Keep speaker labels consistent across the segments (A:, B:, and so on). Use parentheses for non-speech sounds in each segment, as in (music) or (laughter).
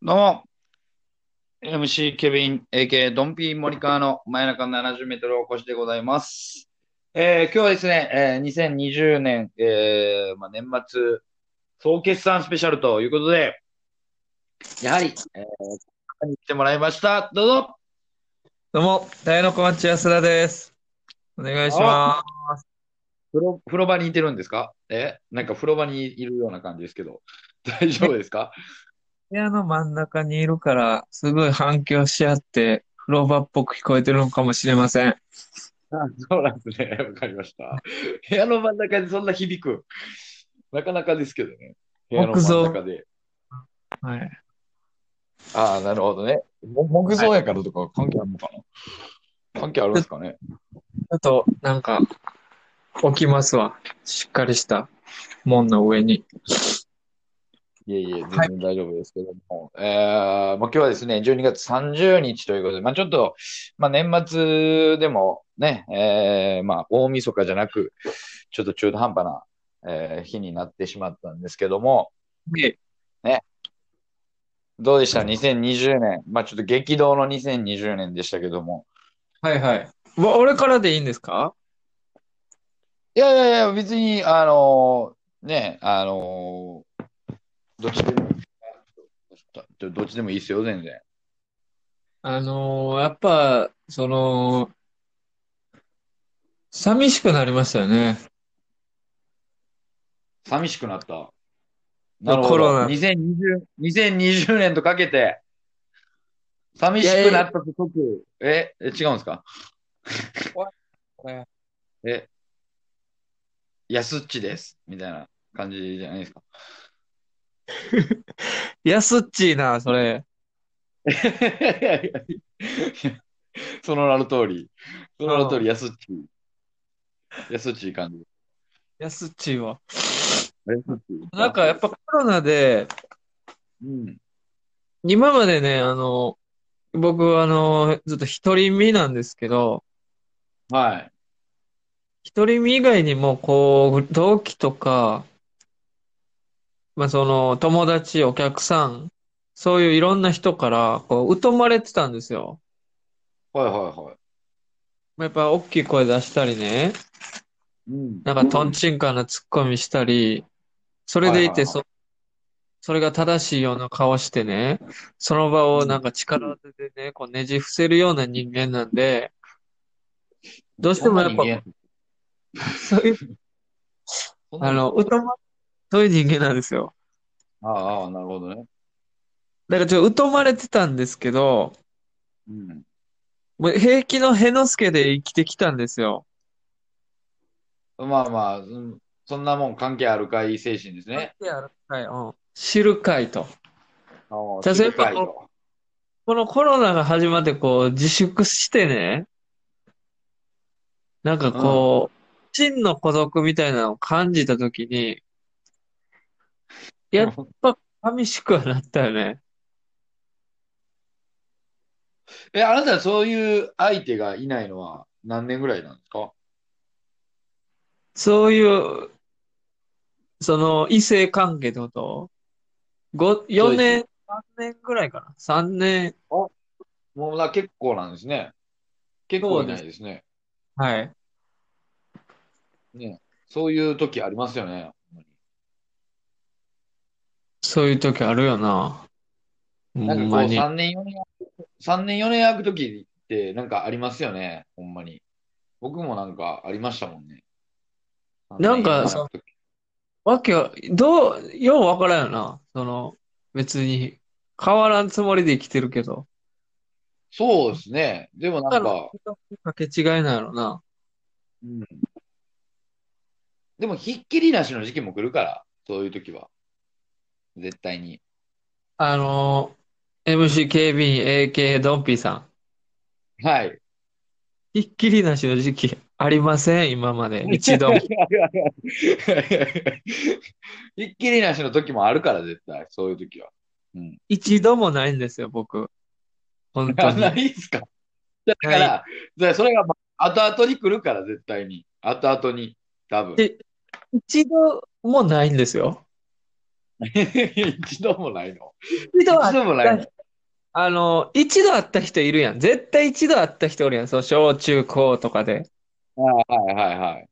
A: どうも。MC ケビン、AK ドンピー・モリカーの真夜中70メートルお越しでございます。えー今日はですね、えー2020年、えーまあ、年末総決算スペシャルということで、やはり、えー、に来てもらいました。どうぞ。
B: どうも、大の小町安田です。お願いしま
A: 風呂、風呂場にいてるんですかえなんか風呂場にいるような感じですけど、大丈夫ですか
B: す。部屋の真ん中にいるから、すごい反響し合って、風呂場っぽく聞こえてるのかもしれません。
A: あ、 (laughs) そうなんですね。わかりました。部屋の真ん中でそんな響く。なかなかですけどね。部屋の真ん中で。
B: はい。
A: ああ、なるほどね。も木造やからとか関係あるのかな関係あるんですかね
B: あと、なんか、置きますわ。しっかりした門の上に。
A: いえいえ、全然大丈夫ですけども。えーまあ、今日はですね、12月30日ということで、まあ、ちょっと、まあ、年末でもね、えーまあ、大晦日じゃなく、ちょっと中途半端な、えー日になってしまったんですけども、どうでした、2020年。まあちょっと激動の2020年でしたけども。
B: はいはい。わ、俺からでいいんですか
A: いやいやいや、別に、あのーね、あのーどっちでも、どどっちでもいいですよ、全然。
B: あのー、やっぱ、その、寂しくなりましたよね。
A: 寂しくなった。なるほ
B: コ
A: ど。
B: ロナ
A: 2020、2020年とかけて、寂しくなったと解く。え、え違うんですか
B: 怖い
A: え、安っちです。みたいな感じじゃないですか。
B: 安っちいな、それ。
A: その名の通り、その名の通り、安っちい。安っちい感じ。
B: 安っちいわ。
A: 安っちい
B: なんかやっぱコロナで、
A: うん。
B: 今までね、あの、僕はあの、ずっと一人身なんですけど、
A: はい。
B: 一人身以外にも、こう、同期とか、まあその、友達、お客さん、そういういろんな人から、こう、疎まれてたんですよ。
A: はいはいは
B: やっぱ大きい声出したりね、
A: い。うん。
B: なんかトンチンカンなツッコミしたり、それで
A: はいはい
B: い
A: はい
B: て、そ、それが正しいような顔してね、その場をなんか力でね、こうねじ伏せるような人間なんで、どうしてもやっぱ、
A: ぱ、
B: そういう、あの、疎ま、そういう人間なんですよ。
A: ああああ、なるほどね。
B: だからちょっと疎まれてたんですけど、
A: うん。
B: もう平気のへのすけで生きてきたんですよ。
A: まあまあ、うんそんなもん関係あるかい精神ですね。
B: やるかい、うん。知るかいと。
A: ああ
B: じゃあ
A: 知りたい
B: 先輩
A: と
B: このコロナが始まってこう自粛してね、なんかこう、真の孤独みたいなのを感じたときに、やっぱ寂しくはなったよね。
A: (laughs) え、あなたはそういう相手がいないのは何年ぐらいなんですか
B: そういう、その異性関係ってことご ?4 年、3年ぐらいかな ?3 年。
A: もうな結構なんですね。結構いないですね。
B: はい。
A: ねそういう時ありますよね。
B: そういう時あるよな。ほ
A: なんか
B: ん
A: こう
B: まに。
A: 3年4年、3年4年空くときってなんかありますよね、ほんまに。僕もなんかありましたもんね。
B: なん
A: 3年
B: か
A: 4年空く時
B: わけは、どう、ようわからんよな。その、別に、変わらんつもりで生きてるけど。
A: そうですね。でもなんか、
B: かけ違いなんやろな。
A: うんでも、ひっきりなしの時期も来るから、そういう時は。絶対に。
B: あの、MC 警備員 AK ドンピーさん。
A: はい。 (laughs)
B: ひっきりなしの時期ありません、今まで。一度 (laughs) も。
A: ひっきりなしの時もあるから、絶対。そういう時は。うん。
B: 一度もないんですよ、僕。本当
A: あ、
B: に。
A: ないっすか。だから、でそれがま後々に来るから、絶対に。後々に。多分。
B: え (laughs) 一度もないんですよ。
A: (laughs) 一度もないの。
B: 一度
A: 一度もないの。
B: あの、一度会った人いるやん。絶対一度会った人おるやん。そう、小中高とかで。
A: はいはいはいはい。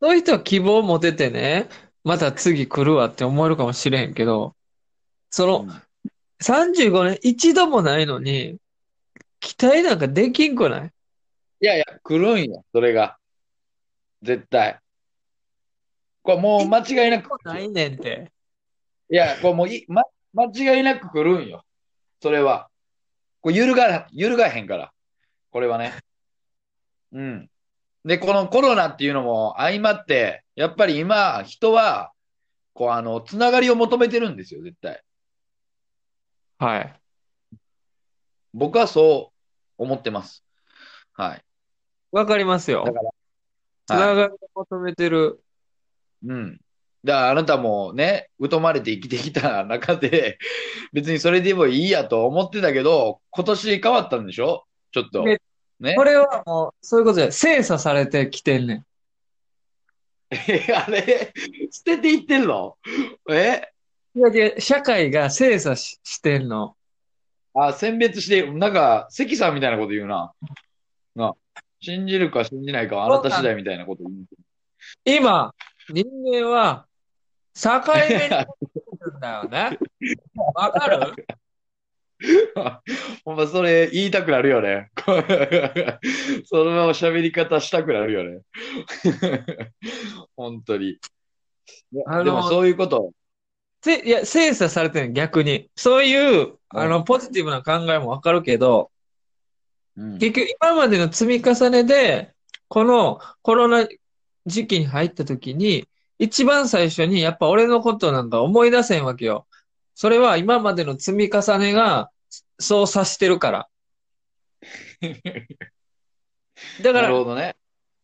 B: そういう人は希望を持ててね、また次来るわって思えるかもしれへんけど、その、35年一度もないのに、期待なんかできんくない
A: いやいや、来るんや、それが。絶対。これもう間違いなく。
B: ないねんて。
A: いや、これもうい、ま、間違いなく来るんよ。それは。これ揺るがら、揺るがへんから。これはね。うん。で、このコロナっていうのも相まって、やっぱり今、人は、こう、あの、つながりを求めてるんですよ、絶対。
B: はい。
A: 僕はそう思ってます。はい。
B: わかりますよ。
A: だから
B: つながりを求めてる。
A: うん。だからあなたもね、疎まれて生きてきた中で、 (laughs) 別にそれでもいいやと思ってたけど、今年変わったんでしょちょっと。
B: ね
A: ね。
B: これはもう、そういうことで、精査されてきてんねん。
A: (laughs) あれ捨てていってんのえ
B: いやいや社会が精査ししてんの。
A: あ、選別して、なんか、関さんみたいなこと言うな。な。信じるか信じないかはあなた次第みたいなこと言う。
B: 今、人間は、境目になってるんだよ (laughs) ね。わかる
A: (laughs) ほんまそれ言いたくなるよね。 (laughs) そのまま喋り方したくなるよね。 (laughs) 本当に。
B: あの
A: でもそういうこと。
B: せいや、精査されてる逆に。そういう、あ
A: う
B: の、ポジティブな考えもわかるけど、
A: うん
B: 結局今までの積み重ねで、このコロナ時期に入った時に、一番最初にやっぱ俺のことなんか思い出せんわけよ。それは今までの積み重ねがそうさしてるから。だか
A: な
B: ら
A: る、ほどね。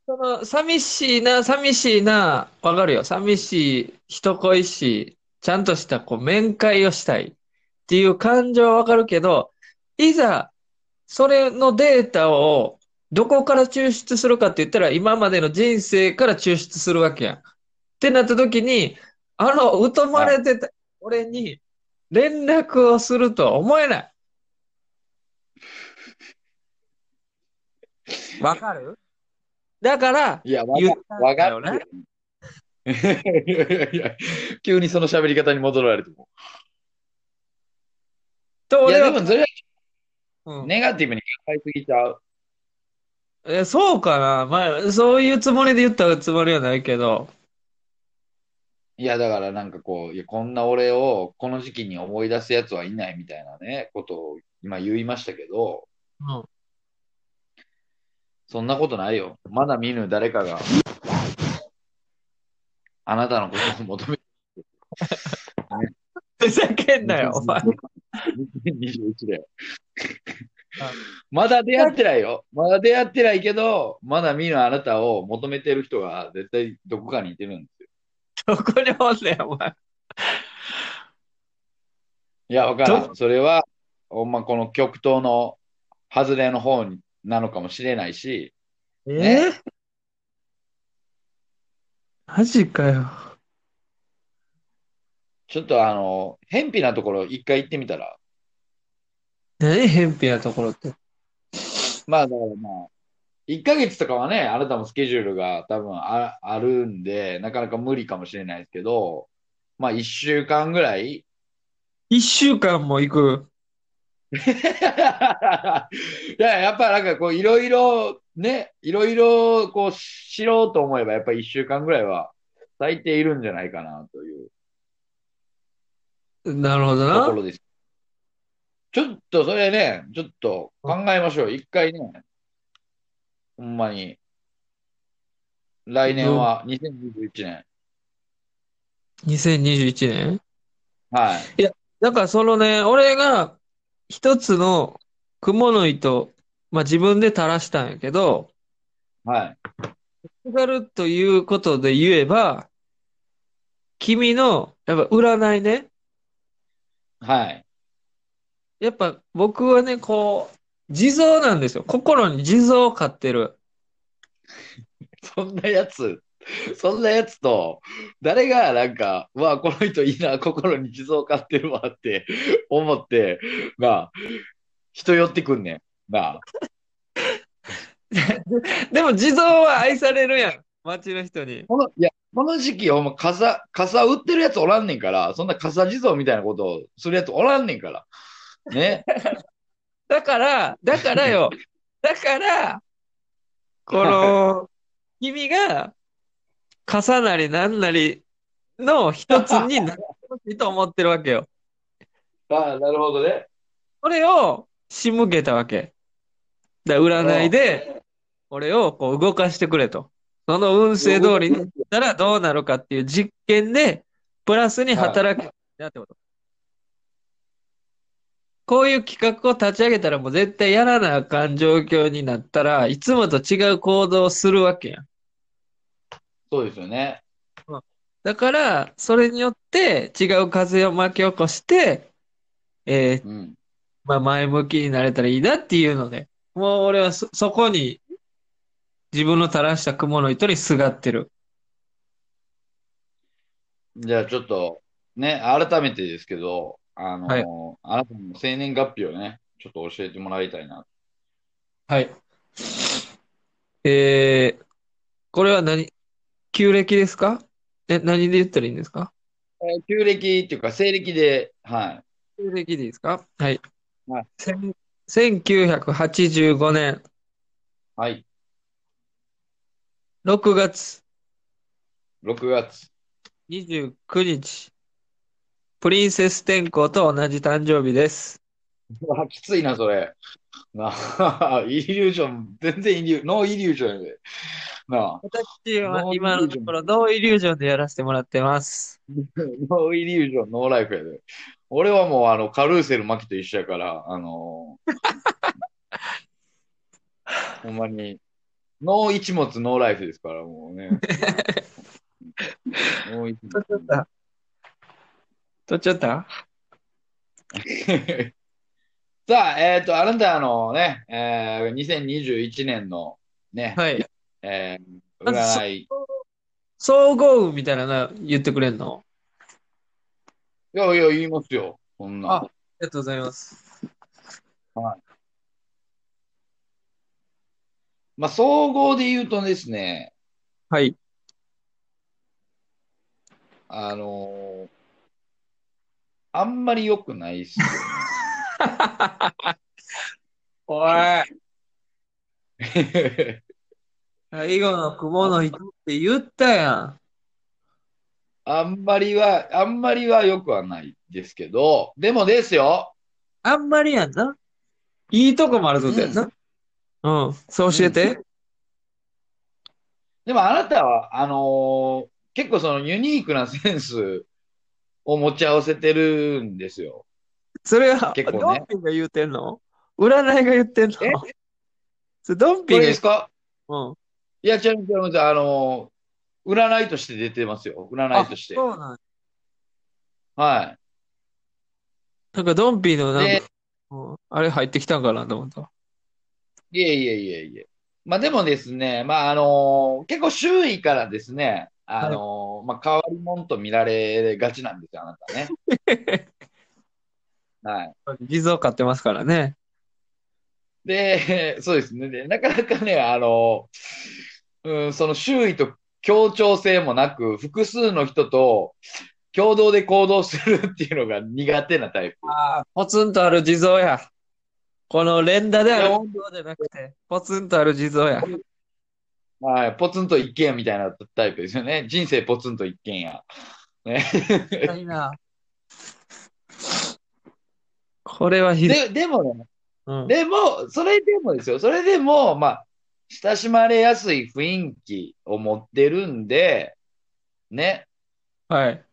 B: その、寂しいな、寂しいな、わかるよ。寂しい、人恋しい、ちゃんとした、こう、面会をしたいっていう感情はわかるけど、いざ、それのデータを、どこから抽出するかって言ったら、今までの人生から抽出するわけやん。ってなった時に、あの、疎まれてた俺に、連絡をするとは思えない。わかるだから、
A: いや、わ
B: 言っ
A: かわか
B: たんだよ
A: る。いやいやいや (laughs) 急にその喋り方に戻られても。
B: と
A: い
B: 俺
A: や、
B: は
A: でもそれは
B: うん
A: ネガティブに考えすぎちゃう。
B: え、そうかな。まあ、そういうつもりで言ったつもりはないけど。
A: いや、だからなんかこう、いや、こんな俺をこの時期に思い出すやつはいないみたいなね、ことを今言いましたけど、
B: うん。
A: そんなことないよ。まだ見ぬ誰かが、あなたのことを求めて
B: ふざけんなよ、お前。
A: 2021で
B: あ。
A: (laughs) まだ出会ってないよ。まだ出会ってないけど、まだ見ぬあなたを求めてる人が絶対どこかにいてるんですよ。
B: どこにおんねん、お前。
A: いや、わから
B: ど
A: ん。それは、ほんまこの極東の外れの方になのかもしれないし、
B: えマジかよ。
A: ちょっとあの、偏僻なところ一回行ってみたら、
B: 何偏僻なところって。
A: まあだからまあ、1ヶ月とかはね、あなたもスケジュールが多分あ、あるんで、なかなか無理かもしれないですけど、まあ1週間ぐらい。 (laughs)
B: 一週間も行く。
A: いや、やっぱなんかこういろいろね、いろいろこう知ろうと思えば、やっぱ1週間ぐらいは最低いるんじゃないかなという
B: なるほど
A: とこ
B: な。
A: ろです。ちょっとそれね、ちょっと考えましょう。一回ね、ほんまに。来年は2021年、
B: 2021年
A: はい。
B: だからそのね、俺が一つの蜘蛛の糸、まあ自分で垂らしたんやけど、
A: はい。
B: つがるということで言えば、君の、やっぱ占いね。
A: はい。
B: やっぱ僕はね、こう、地蔵なんですよ。心に地蔵を飼ってる。
A: そんなやつ、そんなやつと、誰がなんか、うわあ、この人いいな、心に地蔵買ってるわって思って、なあ、人寄ってくんねん。なあ、
B: でも地蔵は愛されるやん。街の人に。
A: この、いや、この時期、ほんま、傘、傘売ってるやつおらんねんから、そんな傘地蔵みたいなことをするやつおらんねんから。ね。
B: だから、だからよ。だから、 (laughs) この、君が、傘なりなんなりの一つになってほしいと思ってるわけよ。
A: (laughs) ああ、なるほどね。
B: それを仕向けたわけ。だから占いで、俺をこう動かしてくれと。その運勢通りにやったらどうなるかっていう実験で、プラスに働くようになってこと。こういう企画を立ち上げたらもう絶対やらなあかん状況になったらいつもと違う行動をするわけやん。
A: そうですよね。
B: だから、それによって違う風を巻き起こして、えー
A: うん。
B: まあ、前向きになれたらいいなっていうので、もう俺はそ、そこに自分の垂らした雲の糸にすがってる。
A: じゃあ、ちょっと、ね、改めてですけど、あの
B: はい
A: あなたの生年月日をね、ちょっと教えてもらいたいな。
B: はい。えー、これは何、旧暦ですかえ、何で言ったらいいんですか
A: えー旧暦っていうか、西暦で、は
B: 旧暦でいいですかはい。
A: はい
B: せん1985年
A: い。はい。
B: 6月
A: 6月。 (laughs)
B: 29日、プリンセス天候と同じ誕生日です。
A: うわきついな、それ。なあ、 (laughs) イリュージョン、全然イリュー、ノーイリュージョンやで。なあ、
B: 私は
A: ノーイリュージョン
B: 今のところノーイリュージョンでやらせてもらってます。
A: (laughs) ノーイリュージョン、ノーライフやで。俺はもう、あの、カルーセル巻きと一緒やから、あの
B: (laughs)
A: ーほんまに、ノー一物、ノーライフですから、もう
B: (laughs)
A: ね。ノー一
B: 取っちゃっ
A: 物。
B: た。取っちゃった
A: (laughs) さあ、えっ、と、あなたのね、えー、2021年のね、
B: はい。
A: えー、
B: まずそ
A: 占い。い
B: 総合運みたいなの言ってくれんの
A: やいや、言いますよ。そんな
B: あ。ありがとうございます。
A: まあ、総合で言うとですね、
B: はい。
A: あのーあんまり良くないっすよ。 (laughs)
B: おい。最後の雲の糸って言ったやん。
A: あんまりは、あんまりは良くはないですけど、でもですよ、
B: あんまりやんな。いいとこもあるぞってやんな。うん。そう教えて。
A: でもあなたは、あのー結構そのユニークなセンスを持ち合わせてるんですよ。
B: それは、
A: 結構ね
B: ドンピンが言うてんの占いが言ってんの
A: え
B: それドン
A: こ
B: ピ
A: れで
B: ンが言う
A: すか
B: うん。
A: いや、違う違う違う、あのー占いとして出てますよ。占いとして。
B: そうなんや
A: はい。
B: なんかドンピンのなん
A: で
B: か、うんあれ入ってきたんかなと思った。 (laughs)
A: いえいえいえいえ。まあでもですね、まああの結構周囲からですね、あのまあ変わり者と見られがちなんですよ、あなたね。はい。
B: 地蔵買ってますからね。
A: で、そうですね。で、なかなかね、あのうん、その周囲と協調性もなく、複数の人と共同で行動するっていうのが苦手なタイプ。
B: ああ、ポツンとある地蔵や。この連打である地蔵じゃなくて、ポツンとある地蔵や。
A: はい、ポツンと一軒家みたいなタイプですよね。人生ポツンと一軒家。ね。
B: いいな。これはひどい。
A: で、でもね、
B: うん
A: でも、それでもですよ、それでも、まあ、親しまれやすい雰囲気を持ってるんで、ね、
B: はい。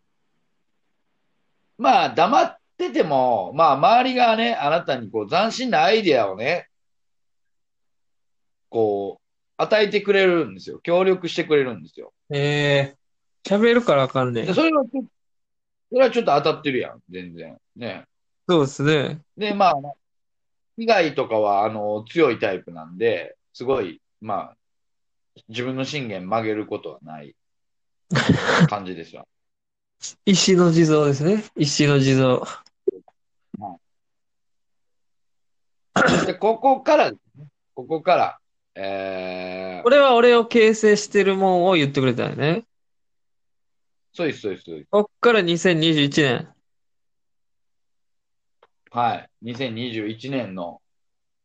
A: まあ、黙ってても、まあ、周りがね、あなたにこう斬新なアイデアをね、こう、与えてくれるんですよ。協力してくれるんですよ。
B: えー、喋るからあかんね
A: で
B: ん。
A: それはちょ、それはちょっと当たってるやん、全然。ね。
B: そうですね。
A: で、まあ、被害とかは、あの、強いタイプなんで、すごい、まあ、自分の信玄曲げることはない感じですよ。
B: 石の地蔵ですね。石の地蔵。
A: で、ここから、ここから、えー
B: 俺は俺を形成してるもんを言ってくれたよね。
A: そうです、そうです、そうです。
B: こっから2021年。
A: はい。2021年の、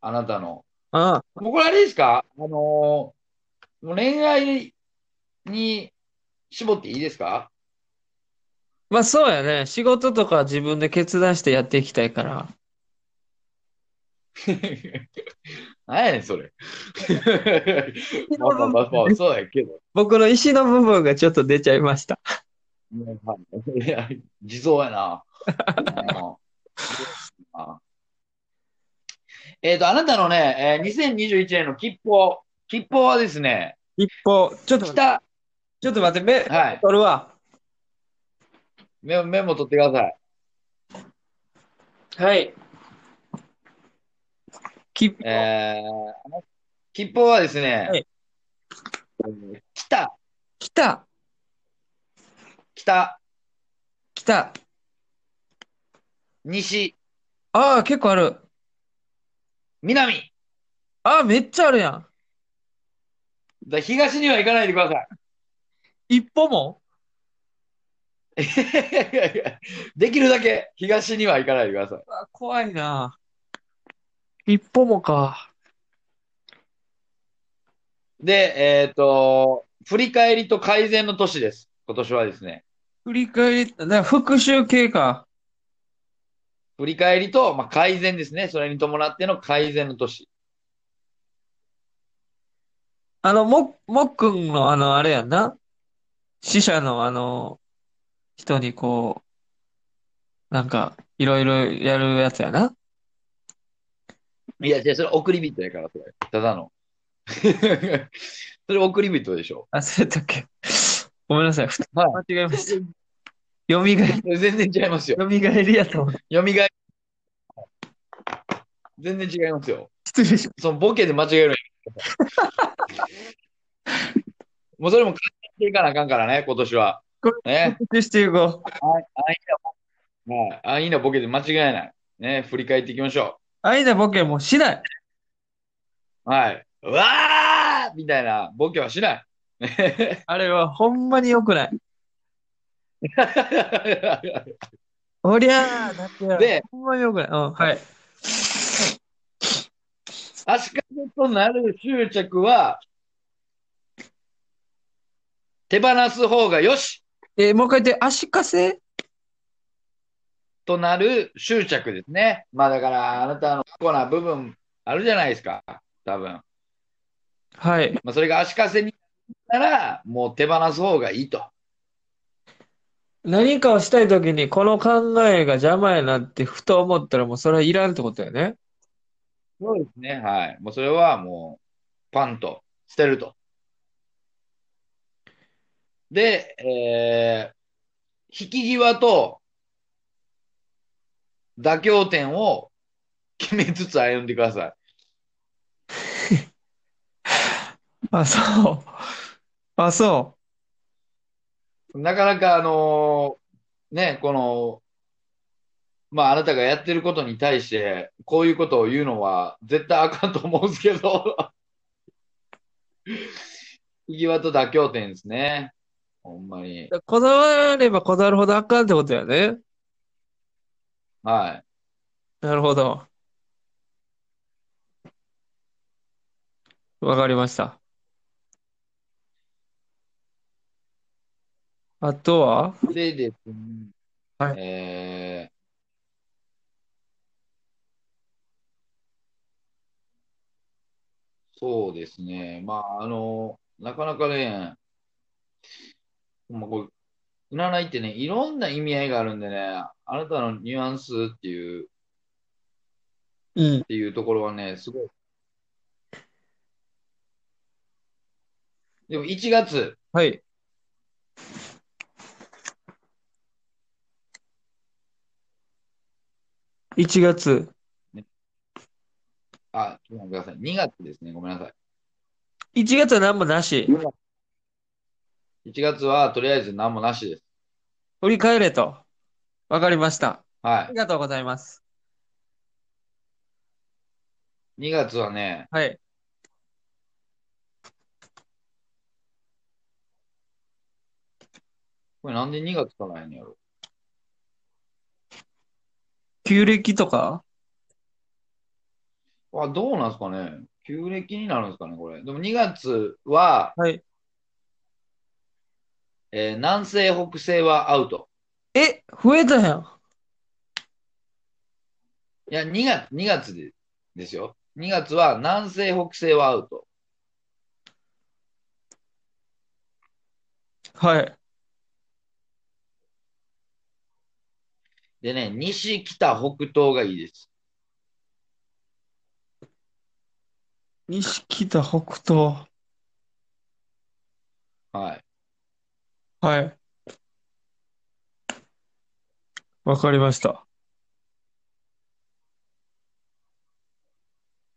A: あなたの、
B: ああ、
A: 僕らあれですかあのーもう恋愛に絞っていいですか
B: まあそうやね。仕事とかは自分で決断してやっていきたいから。
A: (laughs) 何やねん、それ。まあまあまあまあ、そうやけど。
B: 僕の石の部分がちょっと出ちゃいました。
A: いや、地蔵やな。 (laughs) うんあえっと、あなたのね、えー2021年の切符を、切符はですね、
B: 一歩、ちょっと待って、
A: 北、
B: ちょっと待って、目、
A: はい、
B: 取るわ。
A: メモメモ取ってください。
B: はい。きっ
A: えー、切符はですね、
B: はい
A: 北、
B: 来た、
A: 北、
B: 来た。
A: 西、
B: ああ、結構ある。
A: 南。
B: ああ、めっちゃあるやん。
A: だ東には行かないでください。
B: 一歩も
A: いやいやいやできるだけ東には行かないでください。
B: あ怖いな。一歩もか。
A: で、えっ、と、振り返りと改善の年です。今年はですね。
B: 振り返り、な復習系か。
A: 振り返りと、まあ、改善ですね。それに伴っての改善の年。
B: あの、も、もっくんの、あの、あれやんな。死者の、あの、人にこう、なんか、いろいろやるやつやな。
A: いや、じゃそれ送り人やから、それ。ただの。 (laughs) それ送り人でしょ。
B: 忘れたっけ。ごめんなさい。ふ
A: はい
B: 間違えました。よみがえ、
A: 全然違いますよ。
B: よみがえりやと思う。
A: 蘇り。全然違いますよ。
B: 失礼しま
A: そのボケで間違えるんやもうそれも改善していかなあかんからね、今年は。ね。
B: した。していこう。
A: はい、あいいなボケで間違いない。ね、振り返っていきましょ
B: あいなボケもうしない。
A: う。はい。うわーみたいなボケはしない。 (laughs) ね
B: あれはほんまに良くない。おりゃーだってや
A: で
B: ほんまに良くない。うん、はい。
A: 足かせとなる執着は、手放す方がよし
B: えーもう一回言って、足かせ
A: となる執着ですね。まあだから、あなたのコアな部分あるじゃないですか。多分。
B: はい。
A: まあそれが足かせになったら、もう手放す方がいいと。
B: 何かをしたいときに、この考えが邪魔やなってふと思ったら、もうそれはいらんってことだよね。
A: そうですね。はい。もうそれはもう、パンと捨てると。で、えー、引き際と妥協点を決めつつ歩んでください。
B: あ、そう。あ、そ
A: なかなか、あのーね、この、まあ、あなたがやってることに対して、こういうことを言うのは絶対あかんと思うんですけど、 (laughs) 引き際と妥協点ですね。ほんまに。
B: う。こだわればこだわるほどあかんってことだよね。
A: はい。
B: なるほど。わかりました。あとは
A: でですね、
B: はい
A: えーそうですね、まあ、あの、なかなかね、まあ、これ占いってね、いろんな意味合いがあるんでね、あなたのニュアンスっていう、っ
B: うん。
A: ていうところはね、すごい。でも1月、
B: はい。1月。
A: あ、ごめんなさい。2月ですね。ごめんなさい。
B: 1月は何もなし。
A: 1月はとりあえず何もなしです。
B: 振り返れと。わかりました。あ
A: は
B: りがとうございます。
A: い。2月はね、
B: はい。
A: これなんで2月からやねんやろ。
B: 旧暦とか
A: あ、どうなんすかね。旧暦になるんですかね、これ。でも2月は、
B: はい。
A: えー南西北西はアウト。
B: え、増えたやん。
A: いや、2月、2月でですよ。2月は南西北西はアウト。
B: はい。
A: でね、西北北東がいいです。
B: 西北北東。
A: はい。
B: はい。わかりました。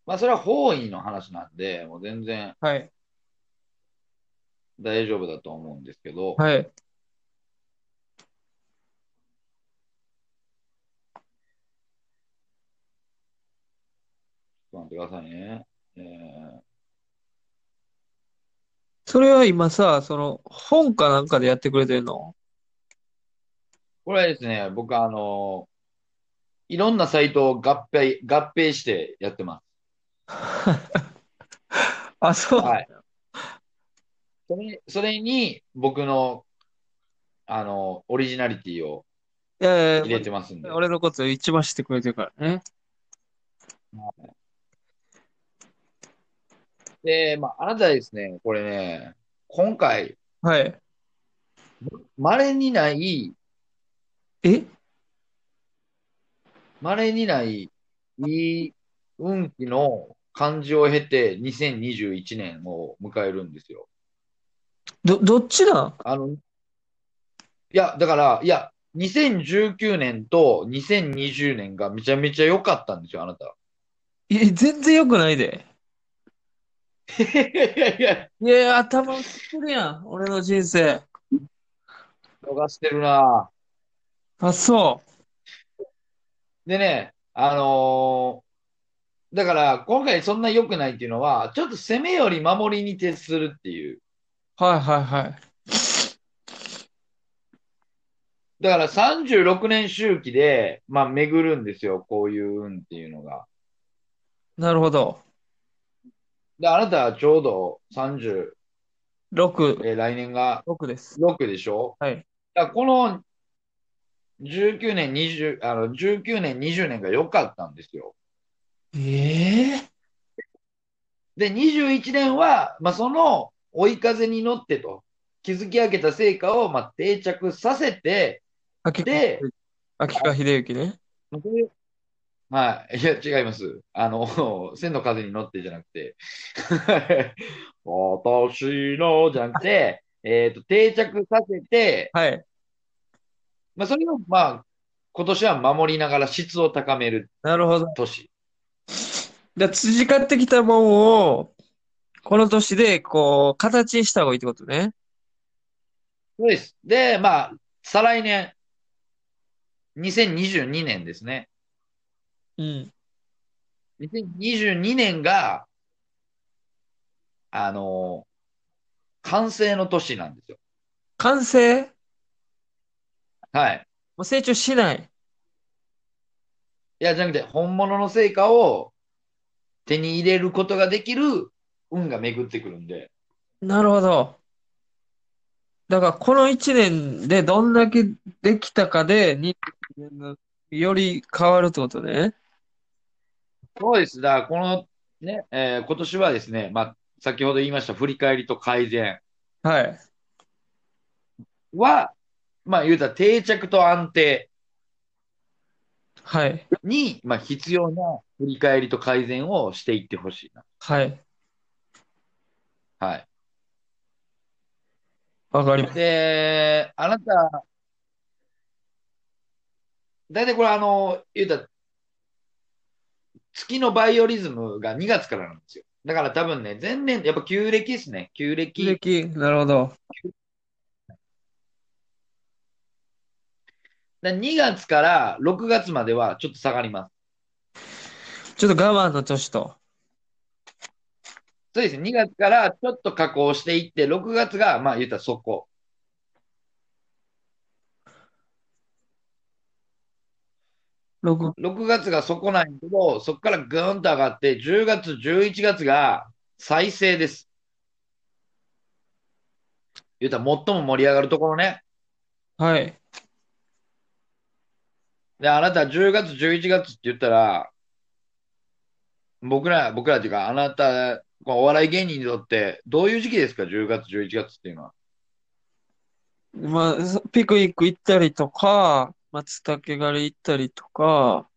A: まあ、それは方位の話なんで、もう全然
B: はい。
A: 大丈夫だと思うんですけど、
B: はい。
A: ちょっと待ってくださいね。えー
B: それは今さ、その、本かなんかでやってくれてるの
A: これはですね、僕あのいろんなサイトを合併、合併してやってま
B: あ、そ
A: す。
B: う。
A: はい。それ、それに僕の、あのオリジナリティを
B: いやいや
A: 入れてますんで。
B: 俺のこと一番知ってくれてるからね。
A: で、まあ、あなたですね、これね、今回、
B: はい。
A: 稀にない、
B: え
A: 稀にない、いい運気の感じを経て、2021年を迎えるんですよ。
B: ど、どっちなん
A: あの、いや、だから、いや、2019年と2020年がめちゃめちゃ良かったんですよ、あなた。
B: え、全然良くないで。
A: いやいや、
B: いやいや、頭打ってるやん。俺の人生。
A: 逃してるな。
B: あ、そ
A: でね、あのーだから、今回そんな良くないっていうのは、ちょっと攻めより守りに徹するっていう。
B: う。はいはいはい。
A: だから36年周期で、まあ、巡るんですよ、こういう運っていうのが。
B: なるほど。
A: で、あなたはちょうど30、
B: 6、
A: えー来年が
B: 6です。
A: 6でしょ
B: はい。
A: だからこの19年、20、あの、19年、20年が良かったんですよ。
B: ええ
A: で、21年は、まあ、その追い風に乗ってと、築き上げた成果を、まあ、定着させて、
B: 秋川
A: で、
B: 秋川秀幸ね。
A: はい。いや、違います。あの、 (laughs) 千の風に乗ってじゃなくて、 (laughs) 私のじゃなくて、えっと、定着させて、
B: はい。
A: まあ、それを、まあ、今年は守りながら質を高める
B: なるほど。
A: 年。
B: じゃあ、培ってきたもんを、この年で、こう、形にした方がいいってことね。
A: そうです。で、まあ、再来年、2022年ですね。
B: うん。
A: 2022年が、あの、完成の年なんですよ。
B: 完成も
A: はい。
B: う成長しない。
A: いや、じゃなくて、本物の成果を手に入れることができる運が巡ってくるんで。
B: なるほど。だから、この1年でどんだけできたかで、2年がより変わるってことね。
A: そうです。だから、このね、えー今年はですね、まあ、先ほど言いました振り返りと改善
B: はい。
A: は、まあ言うたら定着と安定
B: はい。
A: に、まあ必要な振り返りと改善をしていってほしいな。
B: はい。
A: はい。
B: わかります。
A: で、あなた、大体これ、あの、言うたら、月のバイオリズムが2月からなんですよ。だから多分ね、前年、やっぱ旧暦ですね。旧
B: 履
A: 暦。
B: 歴、なるほど。
A: だ2月から6月まではちょっと下がります。
B: ちょっと我慢の年と。
A: そうですね、2月からちょっと下降していって、6月が、まあ言うたらそこ。
B: 6、
A: 6月がそこなんやけど、そこからぐーんと上がって、10月、11月が再生です。言うたら最も盛り上がるところね。
B: はい。
A: で、あなた10月、11月って言ったら、僕ら、僕らっていうか、あなた、このお笑い芸人にとって、どういう時期ですか ?10 月、11月っていうのは。 (laughs)
B: まあ、そピクニック行ったりとか、松茸狩り行ったりとか、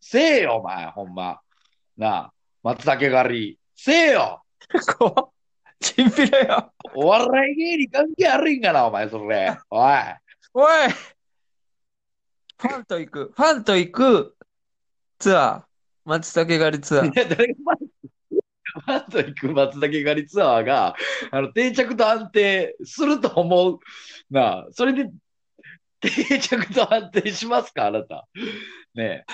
A: せえよ、お前、ほんま。なあ、松茸狩り。せえよ
B: 怖っ。チンピラや。
A: お笑い芸人関係あるんかな、お前、それ。おい。
B: おいファンと行く。ファンと行くツアー。松茸狩りツアー
A: い。や、誰がママンと行く松茸狩りツアーが、あの、定着と安定すると思う。なあ、それで、定着と安定しますかあなた。ね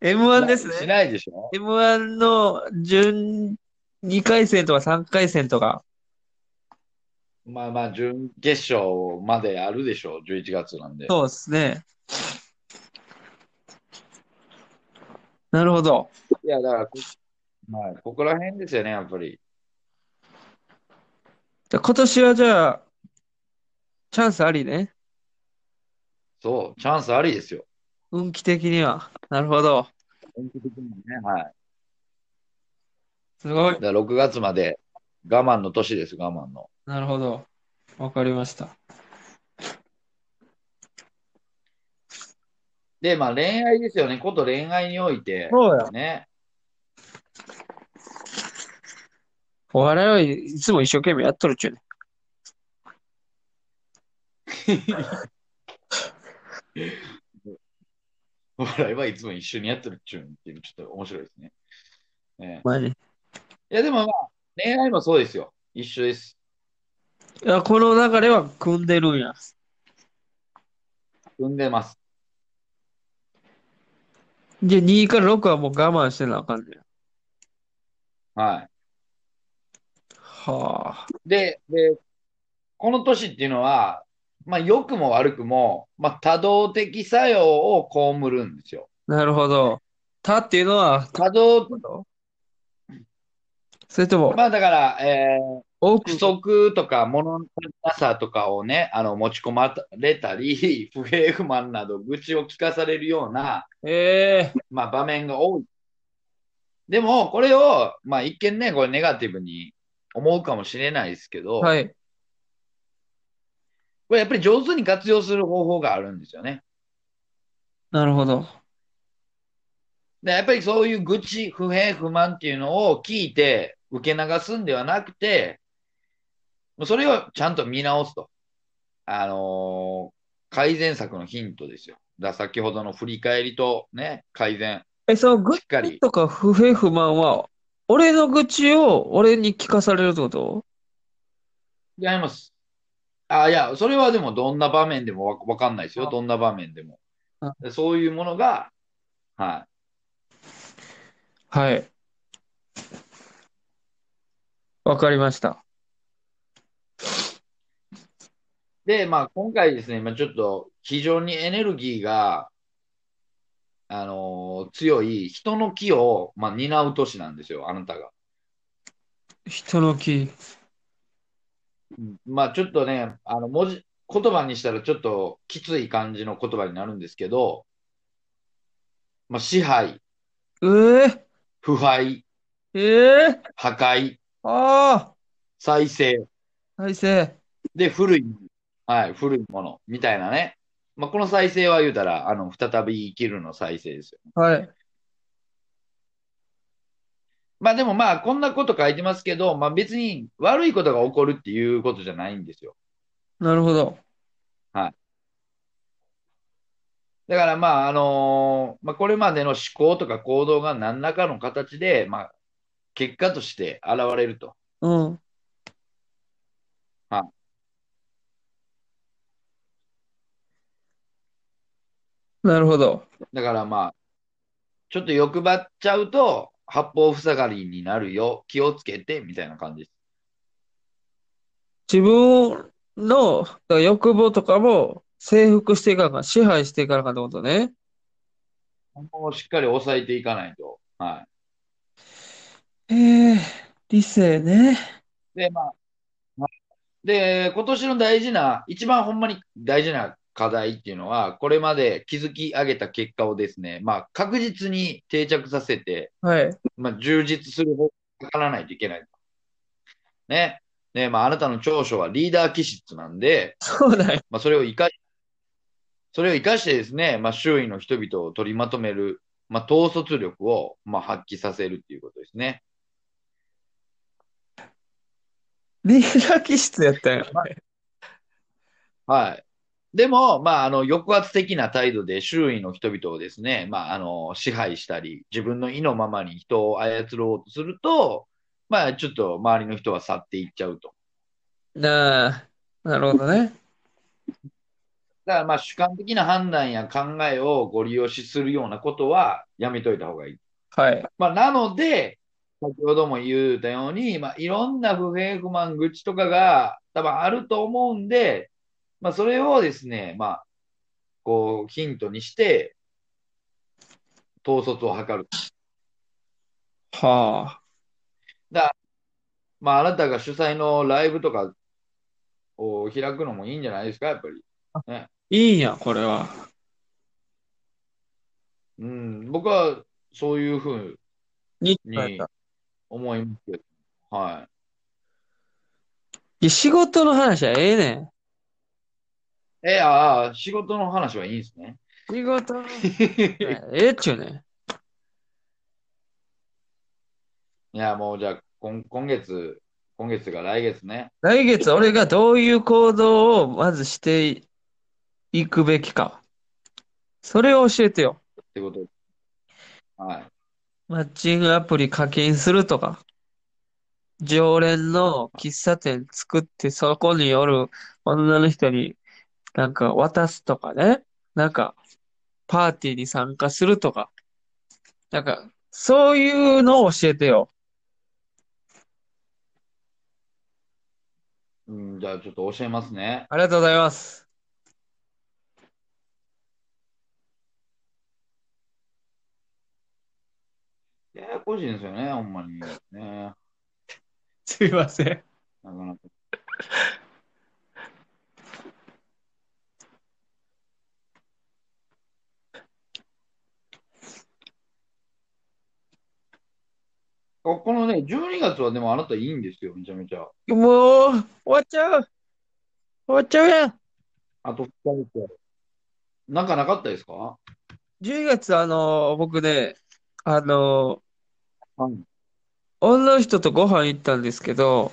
A: え。
B: M1 です
A: し
B: ね。
A: ないでしょ
B: M1 の準2回戦とか3回戦とか。
A: まあまあ、準決勝まであるでしょう。11月なんで。
B: そうですね。なるほど。
A: いや、だからこ、まあ、ここら辺ですよね、やっぱり。
B: じゃあ今年はじゃあ、チャンスありね。
A: そう、チャンスありですよ。
B: 運気的には。なるほど。
A: 本気的にね。はい。
B: すごい
A: だ。から6月まで我慢の年です、我慢の。
B: なるほど。わかりました。
A: で、まあ恋愛ですよね。こと恋愛において。
B: そうや。
A: ね。
B: お笑いはいつも一生懸命やっとるっちゅうね。
A: お笑いはいつも一緒にやってるっちゅうんっていうのちょっと面白いですね。ね
B: マジ。い
A: いや、でもまあ、恋愛もそうですよ。一緒です。
B: や、この流れは組んでるんや。
A: 産んでます。
B: じゃあ2から6はもう我慢してなあかんねや。
A: は
B: はあ。
A: い。で、で、この年っていうのは、まあ、良くも悪くも、まあ、多動的作用を被るんですよ。
B: なるほど。たっていうのは、
A: 多動、
B: それとも、
A: まあ、だから、えー
B: 多く
A: 不、足とか物のなさとかをね、あの、持ち込まれたり、不平不満など愚痴を聞かされるような、
B: ええ
A: まあ、場面が多い。でも、これを、まあ、一見ね、これネガティブに思うかもしれないですけど、
B: はい。
A: これやっぱり上手に活用する方法があるんですよね。
B: なるほど。
A: で、やっぱりそういう愚痴、不平、不満っていうのを聞いて受け流すんではなくて、もうそれをちゃんと見直すと。あのー改善策のヒントですよ。だから先ほどの振り返りとね、改善、
B: え、その愚
A: しっかり
B: 痴とか不平不満は、俺の愚痴を俺に聞かされるってこと
A: 違います。あ、いや、それはでもどんな場面でもわ、わかんないですよ。
B: あ
A: どんな場面でも
B: あ。
A: でそういうものが、は
B: はい。わかりました。
A: い。で、まあ今回ですね、まあ、ちょっと非常にエネルギーが、あのー強い人の気を、まあ、担う年なんですよ、あなたが。
B: 人の気。
A: まあちょっとね、あの文字、言葉にしたらちょっときつい感じの言葉になるんですけど、まあ、支配、
B: ええ
A: 腐敗、
B: ええ
A: 破壊、
B: ああ
A: 再生、
B: 再生。
A: で、古いものはい、古いものみたいなね。まあ、この再生は言うたら、あの、再び生きるの再生ですよ。
B: はい。
A: まあでもまあ、こんなこと書いてますけど、まあ別に悪いことが起こるっていうことじゃないんですよ。
B: なるほど。
A: だからまあ、あのーまあ、これまでの思考とか行動が何らかの形で、まあ、結果として現れると。
B: うん。なるほど。
A: だからまあ、ちょっと欲張っちゃうと、八方塞がりになるよ、気をつけて、みたいな感じです。
B: 自分の欲望とかも征服していかなあかん、支配していかなあかんってことね。
A: ここをしっかり抑えていかないと。は
B: ええ、理性ね。
A: い。で、まあ、はいで、今年の大事な、一番ほんまに大事な課題っていうのは、これまで築き上げた結果をですね、まあ、確実に定着させて、
B: はい。
A: まあ、充実する方向にかからないといけない。ね。ね、まあ、あなたの長所はリーダー気質なんで、
B: そうだよ。
A: まあ、それを生かし、それを生かしてですね、まあ、周囲の人々を取りまとめる、まあ、統率力を、まあ、発揮させるっていうことですね。
B: リーダー気質やったよ。
A: はい。でも、まあ、あの、抑圧的な態度で周囲の人々をですね、まあ、あの、支配したり、自分の意のままに人を操ろうとすると、まあ、ちょっと周りの人は去っていっちゃうと。
B: なあ、なるほど
A: だ
B: ね。
A: からまあ主観的な判断や考えをご利用しするようなことはやめといた方がいい。
B: はい。
A: まあ、なので、先ほども言ったように、まあ、いろんな不平不満、愚痴とかが多分あると思うんで、まあ、それをですね、まあ、こうヒントにして、統率を図る。
B: は
A: まあ、あなたが主催のライブとかを開くのもいいんじゃないですか、やっぱり。
B: あ。いいんや、これは。
A: うん、僕はそういうふう
B: に
A: に思いますけど。はい。
B: いや仕事の話はええねん。
A: え、ああ、仕事の話はいいんですね。
B: 仕事の話はええっちゅうねん。
A: いや、もうじゃあ、今、今月、今月が来月ね。
B: 来月俺がどういう行動をまずしていくべきか。それを教えてよ。
A: ってことで。はい。
B: マッチングアプリ課金するとか。常連の喫茶店作ってそこにおる女の人になんか渡すとかね。なんかパーティーに参加するとか。なんかそういうのを教えてよ。
A: うん、じゃあ、ちょっと教えますね。
B: ありがとうございます。
A: ややこしいんですよね、ほんまに。ね。な
B: すいません。
A: かなか。ここのね、12月はでもあなたいいんですよ、めちゃめちゃ。
B: もう終わっちゃう。終わっちゃうやん。
A: あと2人で。なんかなかったですか
B: 10月、あの、僕ね、あの、
A: はい。
B: 女の人とご飯行ったんですけど、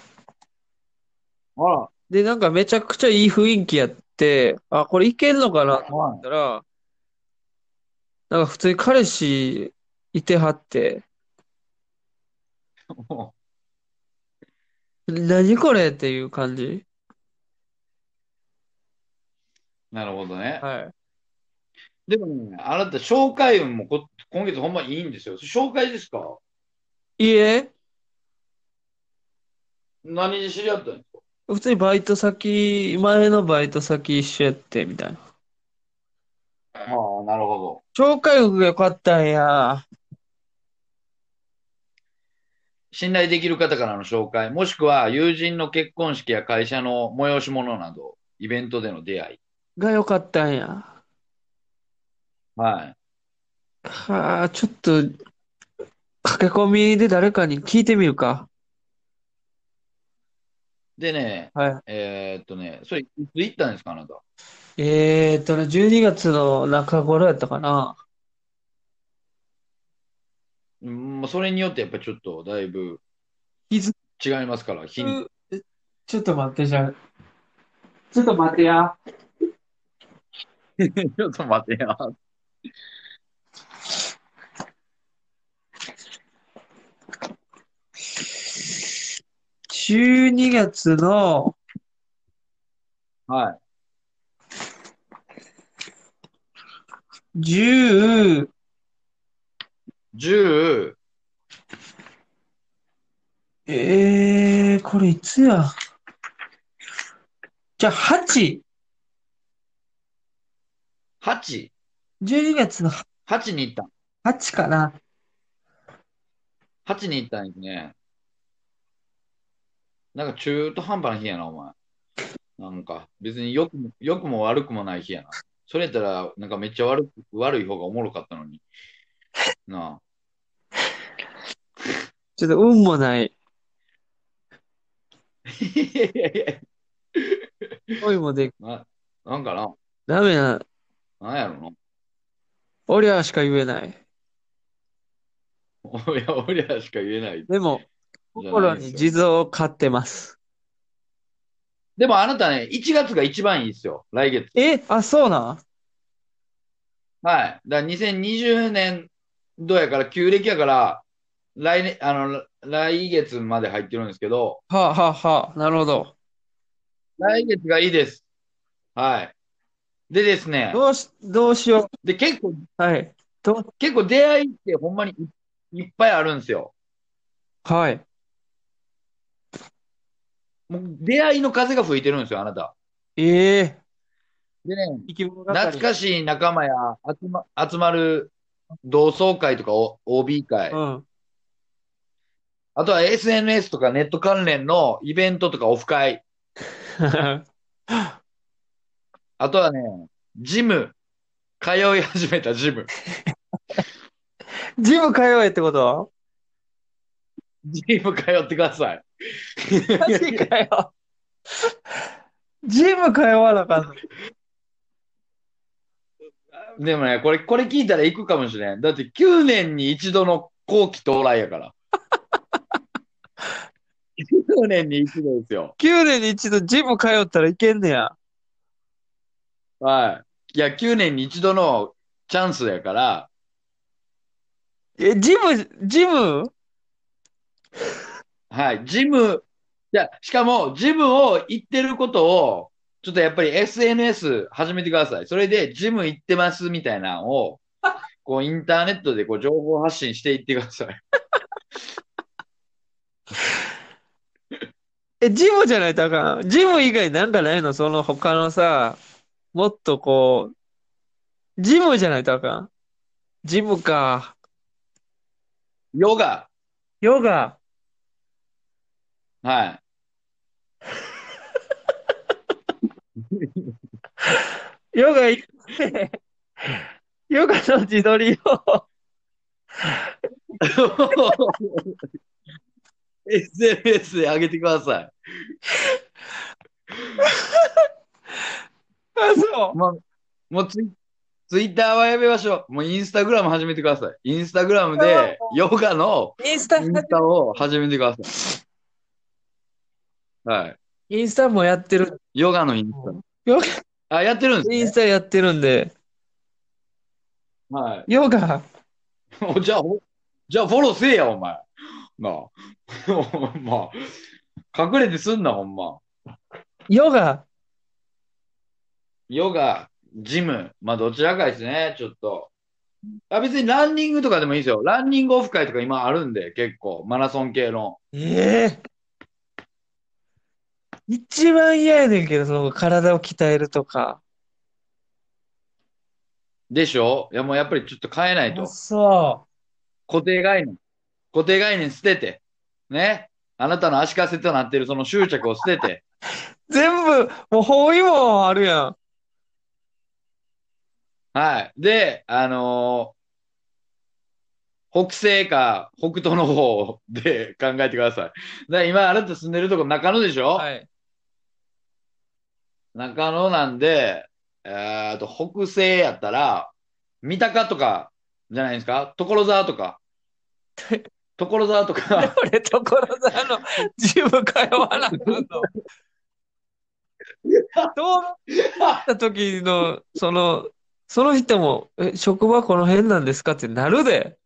A: あら、
B: で、なんかめちゃくちゃいい雰囲気やって、あ、これいけんのかなと思
A: は
B: ったら、なんか普通に彼氏いてはって、
A: い。も
B: 何これっていう感じ。
A: うなるほどね。
B: はい。
A: でもね、あなた、紹介運もこ今月ほんまいいんですよ。紹介ですか
B: いいえ、
A: 何で知り合ったんですか
B: 普通にバイト先、前のバイト先一緒やって、みたいな。
A: ああ、なるほど。
B: 紹介力が良かったんや。
A: 信頼できる方からの紹介、もしくは友人の結婚式や会社の催し物など、イベントでの出会い。
B: が良かったんや。
A: はい。
B: はあ、ちょっと、駆け込みで誰かに聞いてみるか。
A: でね、
B: はい。
A: えーっとね、それ、いつ行ったんですか、あなた。
B: えーっとね、12月の中頃やったかな。
A: うん、まあそれによってやっぱちょっとだいぶ
B: 日付
A: 違いますから、日に。
B: えちょっと待って、じゃあ。ちょっと待ってや。
A: (laughs) ちょっと待てや。
B: 12月の、
A: はい。
B: 10、
A: 10、
B: えー、これいつやじゃあ、8、
A: 8、
B: 12月の
A: 8に行った。
B: 8かな。
A: 8に行ったんですね。なんか中途半端な日やな、お前。なんか、別に良くも良くも悪くもない日やな。それやったら、なんかめっちゃ悪く悪い方がおもろかったのに。なあ。 (laughs)
B: ちょっと運もない、
A: いやいやいや
B: 恋もでき、
A: ななんかな、
B: ダメな、
A: なんやろな。
B: おりゃしか言えない。
A: いや、俺らしか言えない。
B: でも、心に地蔵を買ってます。
A: でもあなたね、1月が一番いいですよ、来月。
B: え、あ、そうなん
A: はい。だから2020年度やから、旧暦やから、来年、あの、来月まで入ってるんですけど、
B: はあ、はあはあ、なるほど。
A: 来月がいいです。はい。でですね、
B: どうし、どうしよ
A: で、結構、
B: う。はい。
A: 結構出会いってほんまにいいっぱいあるんですよ。
B: はい。
A: もう出会いの風が吹いてるんですよ、あなた。
B: ええ
A: でね、
B: 生き物語。
A: 懐かしい仲間や集ま集まる同窓会とかお OB 会、
B: うん。 (laughs)
A: あとは SNS とかネット関連のイベントとかオフ会、あとはね、ジム、通い始めたジム。
B: ジム通えってこと
A: ジム通ってくださ
B: (laughs)
A: い。
B: マジかよ。ジム通わなあかんの。
A: でもね、これ、これ聞いたら行くかもしれん。だって9年に一度の後期到来やから。9年に一度ですよ。
B: 9年に一度ジム通ったらいけんねや。
A: はい。いや、9年に一度のチャンスやから、
B: え、ジム、ジム
A: はい。ジム、いや、しかも、ジムを行ってることを、ちょっとやっぱり SNS 始めてください。それで、ジム行ってますみたいなのを、こう、インターネットでこう情報発信していってください。
B: え、ジムじゃないとあかん。ジム以外なんかないのその他のさ、もっとこう、ジムじゃないとあかん。ジムか。
A: ヨガ、
B: ヨガ。
A: はい。
B: ヨガ行って、 (laughs) ヨガの自撮り (laughs) を
A: (laughs) SNS で上げてください。
B: あ、そう。
A: もう、もうツイ、ツイッターはやめましょう。もうインスタグラム始めてください。インスタグラムでヨガの
B: インスタ
A: インスタを始めてください。はい。
B: インスタもやってる。
A: ヨガのインスタ。
B: ヨ
A: あ、やってるんですね
B: インスタやってるんで。
A: はい。
B: ヨガ。
A: お (laughs) じゃあ、おじゃあフォローせえや、お前。なあ。 (laughs) ほんまあ。隠れてすんな、ほんま。
B: ヨガ。
A: ヨガ、ジム、まあどちらかですね、ちょっと。あ別にランニングとかでもいいですよ。ランニングオフ会とか今あるんで、結構、マラソン系の。
B: ええ一番嫌やねんけど、その体を鍛えるとか。
A: でしょいや、もうやっぱりちょっと変えないと
B: あ。そ
A: 固定概念。固定概念捨てて。ね。あなたの足かせとなってるその執着を捨てて。
B: う。全部、もう包囲網あるやん。
A: はい。で、あのー北西か北東の方で考えてください。だから今、あなた住んでるとこ中野でしょ
B: はい。
A: 中野なんで、えーと、北西やったら、三鷹とか、じゃないですか所沢とか。所沢とか、
B: 俺、所沢のジム通わなあかんの。どうなった時の、その、その人も、え、職場この辺なんですかってなるで。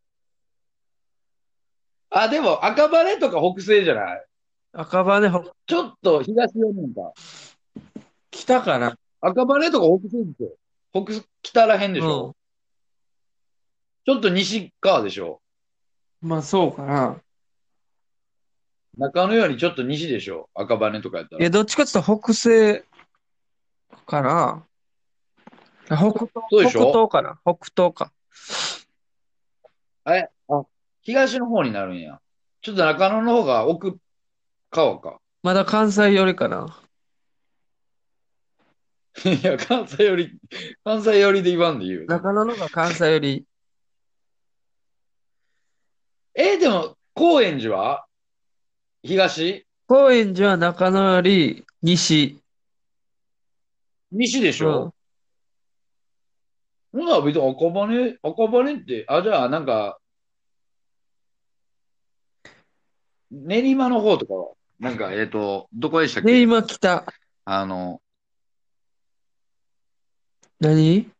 A: あ、でも赤羽とか北西じゃない
B: 赤羽、ほ
A: ちょっと東寄りなんか。
B: 北かな。
A: 赤羽とか北西ですよ。北、北らへんでしょ、ちょっと西側でしょ
B: うん。まあ、そうかな。
A: 中野よりちょっと西でしょ赤羽とかやった
B: い
A: ら
B: や、。どっちかっていうと北西かな。北東、
A: そうでし
B: 北
A: ょ
B: 東かな。北東か。
A: 東の方になるんや。ちょっと中野の方が奥川か。
B: まだ関西寄りかな。
A: いや、関西寄り、関西寄りで言わんで言う。
B: 中野の方が関西寄り。
A: えーでも、高円寺は東
B: 高円寺は中野より西。
A: 西でし
B: うん
A: ょ、ほな、別に赤羽、赤羽って、あ、じゃあ、なんか、練馬の方とかは、なんか、えっ、と、どこでしたっ
B: で、
A: け
B: 今北。
A: あの、
B: 何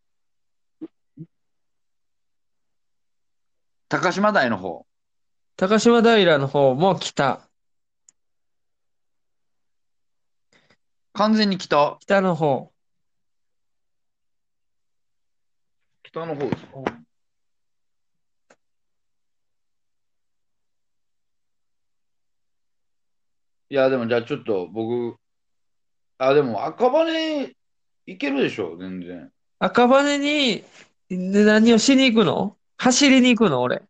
A: 高島台の方。
B: 高島平の方も北。
A: 完全に北。
B: 北の方。
A: 北の方ですかいや、でもじゃあちょっと僕、あ、でも赤羽行けるでしょ、全然。
B: 赤羽に、で何をしに行くの走りに行くの俺。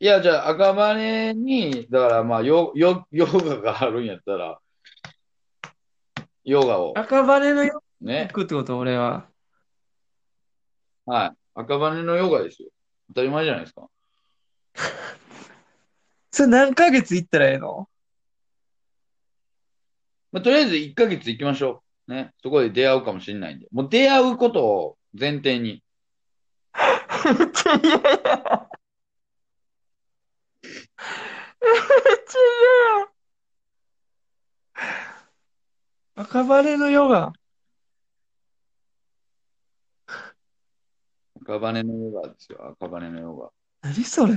A: いや、じゃあ赤羽に、だからまあ、ヨ、ヨ、ヨガがあるんやったら、ヨガを、
B: 赤羽のよ
A: ね
B: 行。くってこと俺は。
A: はい。赤羽のヨガですよ。当たり前じゃないですか。
B: それ何ヶ月行ったらええの
A: まあ、とりあえず1ヶ月行きましょう。ね。そこで出会うかもしれないんで。もう出会うことを前提に。
B: めっちゃ嫌や。めっちゃ嫌や。赤羽のヨガ。
A: 赤羽のヨガですよ。赤羽のヨガ。
B: 何それ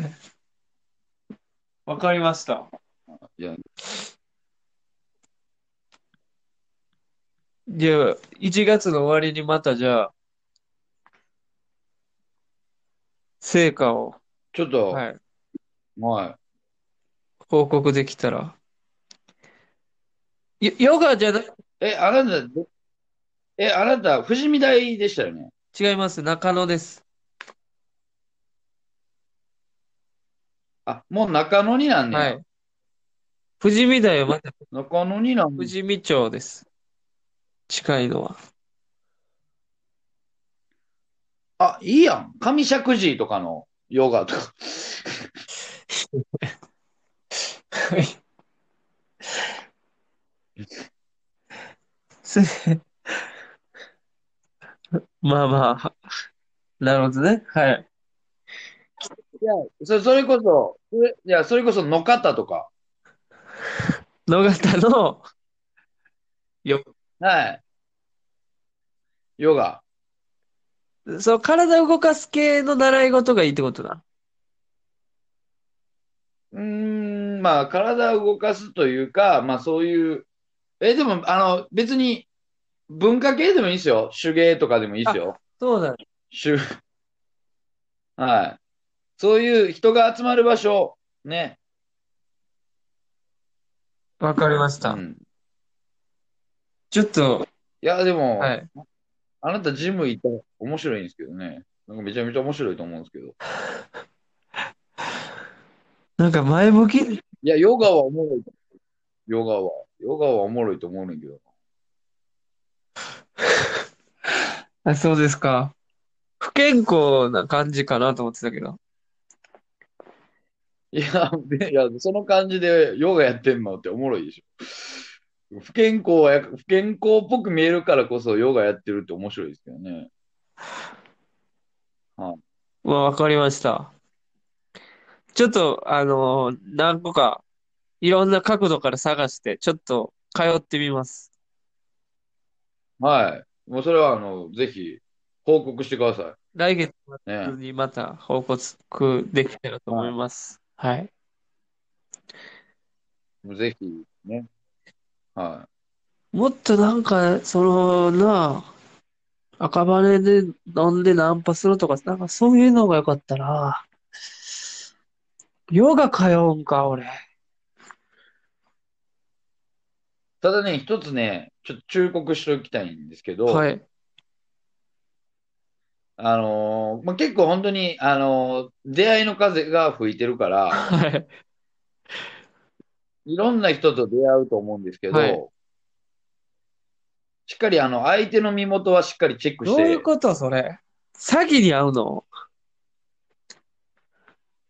B: わかりました。
A: いや、
B: じゃあ、1月の終わりにまたじゃあ、成果を、
A: ちょっと、
B: はい、
A: はい。
B: 報告できたら。ヨヨガじゃな、
A: え、あなた、どえ、あなた、富士見大でしたよね。
B: 違います。中野です。
A: あ、もう中野になんねん。
B: はい。富士見台はまた
A: 中野になんね
B: 富
A: ん
B: 士見町です。近いのは。
A: あ、いいやん。上石神とかのヨガとか。
B: す (laughs) まあまあは、なるほどね。はい。
A: いや、 (laughs) そそれこそ、それいや、それこそ野方とか。
B: 野方の、よ、
A: はい。ヨガ。
B: そう、体を動かす系の習い事がいいってことだ。
A: うーん、まあ、体を動かすというか、まあ、そういう、え、でも、あの、別に、文化系でもいいですよ。手芸とかでもいいですよ。
B: そうだ。
A: 手、 (laughs) はい。そういう人が集まる場所、ね。
B: わかりまし
A: う
B: た。
A: ん。
B: ちょっと、
A: いや、でも、
B: はい。
A: あなたジム行ったら面白いんですけどね。なんかめちゃめちゃ面白いと思うんですけど。
B: なんか前向き。
A: いや、ヨガはおもろい。ヨガは。ヨガはおもろいと思うねんけど。
B: あ、そうですか。不健康な感じかなと思ってたけど。
A: いや、でいや、その感じでヨガやってんのっておもろいでしょ。不健康や、不健康っぽく見えるからこそヨガやってるって面白いですけどね。
B: まあ、わかりました。ちょっと、あのー何個か、いろんな角度から探して、ちょっと通ってみます。
A: はい。もうそれは、あの、ぜひ、報告してくださ
B: 来月
A: い。ね。
B: にまた報告できたらと思います。はい。
A: もうぜひ、ね。は
B: もっとなんか、そのなあ、赤羽で飲んでナンパするとか、なんかそういうのがよかったな。ヨガ通うんか、俺。
A: い。ただね、一つね、ちょっと忠告しておきたいんですけど、
B: はい。
A: あのーまあ、結構本当に、あのー出会いの風が吹いてるから、
B: はい。
A: いろんな人と出会うと思うんですけど、
B: はい
A: しっかり、あの、相手の身元はしっかりチェックし
B: どういう
A: て、
B: こと、それ。詐欺に遭うの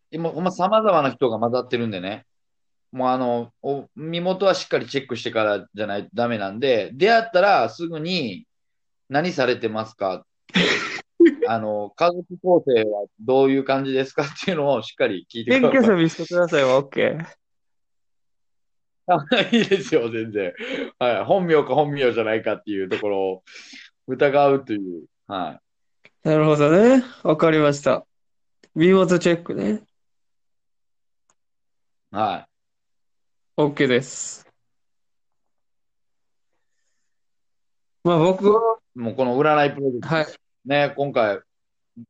A: 今、ほんま様々な人が混ざってるんでね、もうあの、お身元はしっかりチェックしてからじゃないとダメなんで、出会ったらすぐに、何されてますかあの、家族構成はどういう感じですかっていうのをしっかり聞いて
B: 免
A: くださ
B: 許
A: い。
B: 証見せてくださいは OK。
A: あいいですよ、全然。はい。本名か本名じゃないかっていうところを疑うという。は
B: なるほどね。わかりました。身元チェックね。
A: い。は
B: OK です。まあ僕は、
A: い。もうこの占いプロジェクト
B: はい。
A: ね、今回、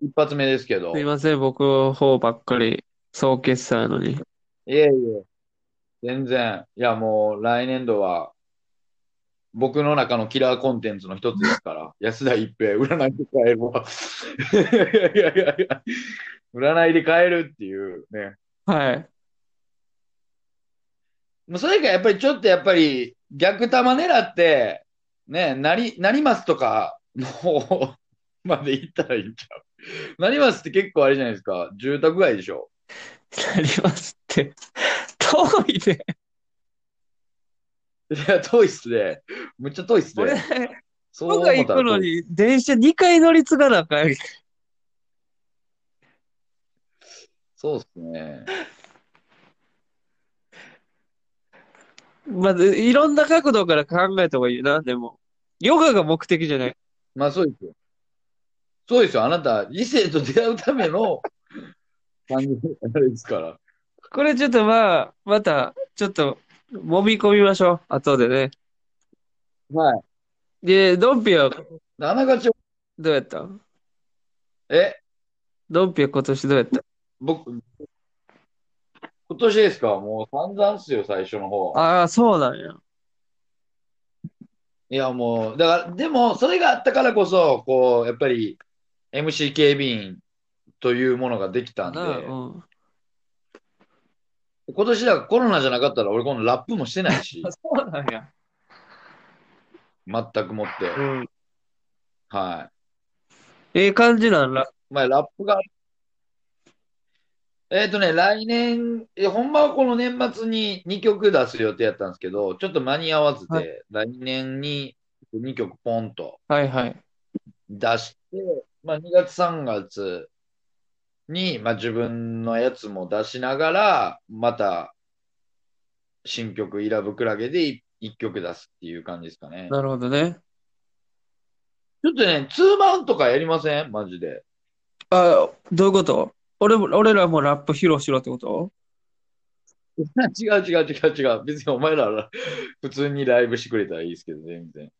A: 一発目ですけど。
B: すい
A: い
B: ません、僕の方ばっかり、総決算やのに。
A: えいえ。全然。いや、もう来年度は、僕の中のキラーコンテンツの一つですから、 (laughs) 安田一平、占いで変えるわ。 (laughs) いやいやいやいや、占いで変えるっていうね。
B: はい。
A: もうそれがやっぱりちょっとやっぱり逆玉狙って、ね、なり、なりますとかの方 (laughs) まで行ったらいいんちゃう。なりますって結構あれじゃないですか。住宅街でしょ。
B: なりますって。遠いで。
A: いや、遠いっすね。むっちゃ遠いっす
B: 俺
A: ね。、そう
B: 僕
A: 思っ
B: が
A: たら
B: 行くの
A: 遠い。
B: に、電車2回乗り継がなあかん。
A: そうっすね。
B: まず、いろんな角度から考えた方がいいな、でも。ヨガが目的じゃない。
A: まあそうですよ。そうですよ。あなた、異性と出会うため
B: (laughs)
A: の感じ、あれですから。
B: これちょっとまあ、また、ちょっと、揉み込みましょう。後でね。
A: はい。
B: で、ドンピは
A: あながち、
B: どうやったん
A: え、
B: ドンピは今年どうやった
A: 僕、今年ですかもう散々っすよ、最初の方。
B: ああ、そうなんや。
A: いやもう、だから、でも、それがあったからこそ、こう、やっぱり、MC 警備員というものができたん
B: なあ
A: で、
B: うん。、
A: 今年だからコロナじゃなかったら、俺、このラップもしてないし (laughs)
B: そうなんや。
A: 全くもって。
B: うん。
A: は
B: ええ感じなんだ。
A: い。まあ、ラップが、えっとね、来年、え、ほんまはこの年末に2曲出す予定やったんですけど、ちょっと間に合わず
B: は
A: で、来年に2曲ポンと
B: はいはい。
A: 出して、まあ、2月3月に、まあ、自分のやつも出しながら、また新曲「イラブクラゲ」で1曲出すっていう感じですかね。
B: なるほどね。
A: ちょっとね、ツーマンとかやりませんマジで。
B: あ、どういうこと俺も、俺らもラップ披露しろってこと
A: (laughs) 違う違う違う違う。別にお前らは (laughs) 普通にライブしてくれたらいいですけど、全然。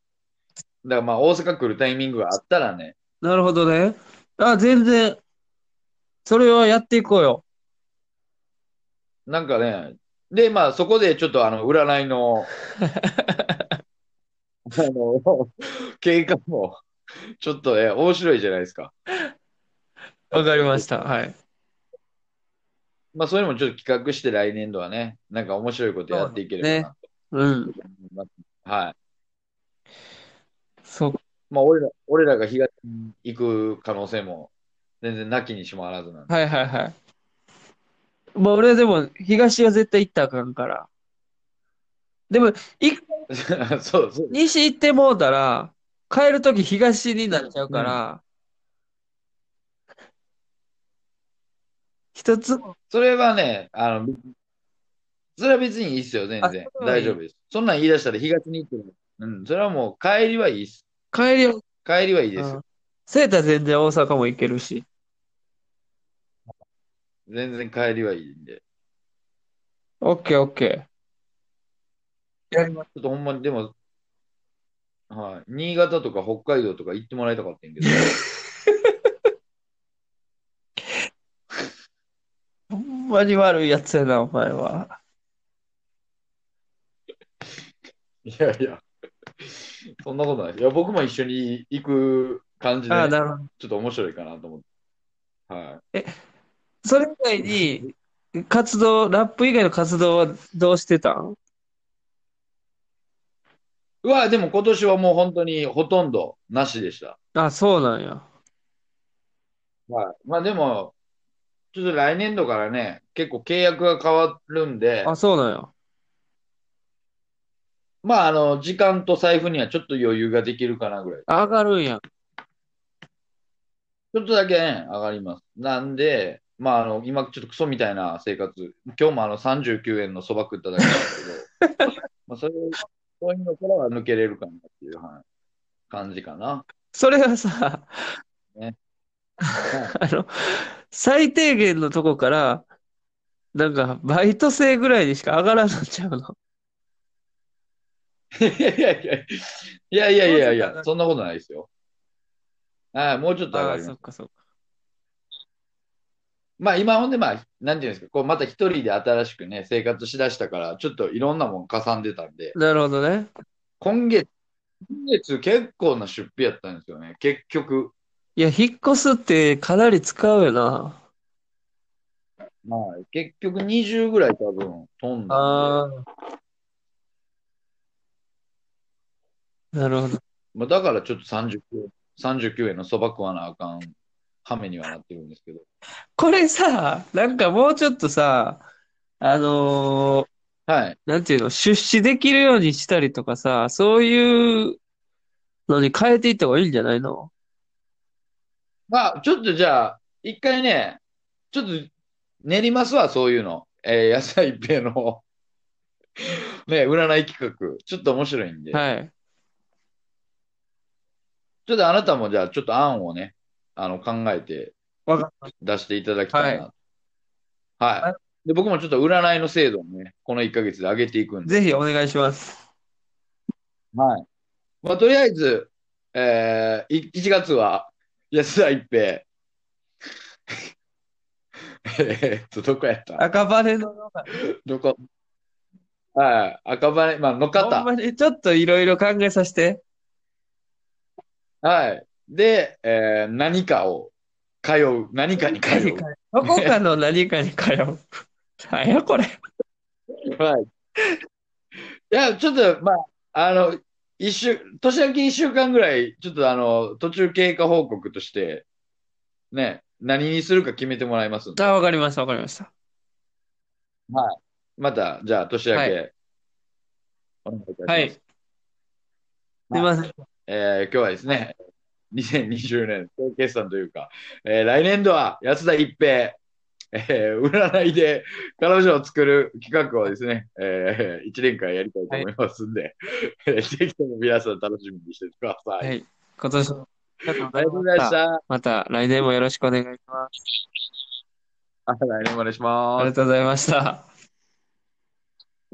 A: だからまあ大阪来るタイミングがあったらね。
B: なるほどね。あ、全然。それはやっていこうよ。
A: なんかね、で、まあ、そこでちょっとあの、占いの、あの、経過も、ちょっとね、面白いじゃないですか。
B: わかりました。はい。
A: まあ、そういうのもちょっと企画して来年度はね、なんか面白いことやっていければなと
B: うん。
A: 思います。はい。
B: そう。
A: まあ、俺ら、俺らが東に行く可能性も、全然なきにしもあらずなんで。 (laughs)
B: はいはいはい。まあ俺はでも、東は絶対行ったらあかんから。でも、い
A: そうそう。
B: 西行ってもうたら、帰るとき東になっちゃうから、一つ、
A: それはね、あの、それは別にいいっすよ、全然
B: あ。そうなんや
A: 大丈夫です。そんなん言い出したら東に行っても。うん、それはもう帰りはいいっす。
B: 帰りは、
A: 帰りはいいです
B: う
A: よ。
B: んセーター全然大阪も行けるし。
A: 全然帰りはいいんで。
B: オッケーオッケー。やりま
A: ちょっとほんまに、でも、はい。新潟とか北海道とか行ってもらいたかったんやけ
B: (laughs)
A: ど。
B: ほんまに悪いやつやな、お前は。
A: いやいや、そんなことない。いや、僕も一緒に行く感じで
B: ああ、
A: ね、
B: なるほど。
A: ちょっと面白いかなと思って。はい。
B: それ以外に、活動、ラップ以外の活動はどうしてたん
A: うわ、でも今年はもう本当にほとんどなしでした。
B: あ、そうなんや。
A: はい。まあでも、ちょっと来年度からね、結構契約が変わるんで、
B: あ、そうなんや。
A: まああの、時間と財布にはちょっと余裕ができるかなぐらい。
B: あ上がるんや。
A: ちょっとだけね、上がります。なんで、まああの、今ちょっとクソみたいな生活、今日もあの39円のそば食っただけなんですけ (laughs) ど、まあそれ、そういうのからは抜けれるかなっていう、はい、感じか (laughs) な。
B: それがさ、
A: はい
B: (laughs) あの、最低限のとこから、なんか、バイト生ぐらいにしか上がらんなっちゃうの。
A: いやいやいやいやいやいやいや、そんなことないですよ。はい、もうちょっと上
B: あ
A: が
B: あ、
A: ります
B: そっかそっか。
A: まあ今ほんでまあ、なんていうんですか、こうまた一人で新しくね、生活しだしたから、ちょっといろんなもんかさんでたんで、
B: なるほどね。
A: 今月、今月結構な出費やったんですよね、結局。
B: いや、引っ越すってかなり使うよな。
A: まあ結局20ぐらい多分飛んだんで、
B: ああ。なるほど。
A: まあ、だからちょっと39円、39円のそば食わなあかん羽目にはなってるんですけど。
B: これさ、なんかもうちょっとさ、あのー
A: はい。
B: なんていうの、出資できるようにしたりとかさ、そういうのに変えていった方がいいんじゃないの
A: まあちょっとじゃあ、一回ね、ちょっと練りますわ、そういうの。えー、野菜一平のね、占い企画。ちょっと面白いんで。
B: はい。
A: ちょっとあなたもじゃあ、ちょっと案をね、あの考えて
B: わか
A: 出していただきたいな。はい。で、僕もちょっと占いの精度をね、この1ヶ月で上げていくんで。
B: ぜひお願いします。
A: はい。まあ、とりあえず、えー、い1月は安田一平。えーっと、どこやった
B: 赤羽の、
A: どこはい。赤羽、まあ、野
B: ほ
A: 方
B: ん。まにちょっといろいろ考えさせて。
A: はい。で、えー何かを通う。何かに通う。
B: どこかの何かに通う。 (laughs) 何やこれ。
A: はい。いや、ちょっと、まあ、あの、一週、年明け一週間ぐらい、ちょっとあの、途中経過報告として、ね、何にするか決めてもらいますんで、
B: あ、わかりました、わかりました。
A: また、じゃあ、年明
B: は
A: け、お願いいたします。
B: はい。すみません。
A: えー今日はですね、2020年、総決算というか、えー来年度は安田一平、えー占いで彼女を作る企画をですね、え1年間やりたいと思いますんで、えー (laughs) ぜひとも皆さん楽しみにしててください。
B: はい。今年も。ありがとうご
A: あ
B: ざい
A: りがとうございま
B: まし。
A: したた。
B: また来年もよろしくお願いします。
A: あ来年もお願いします
B: あり。がとうございました。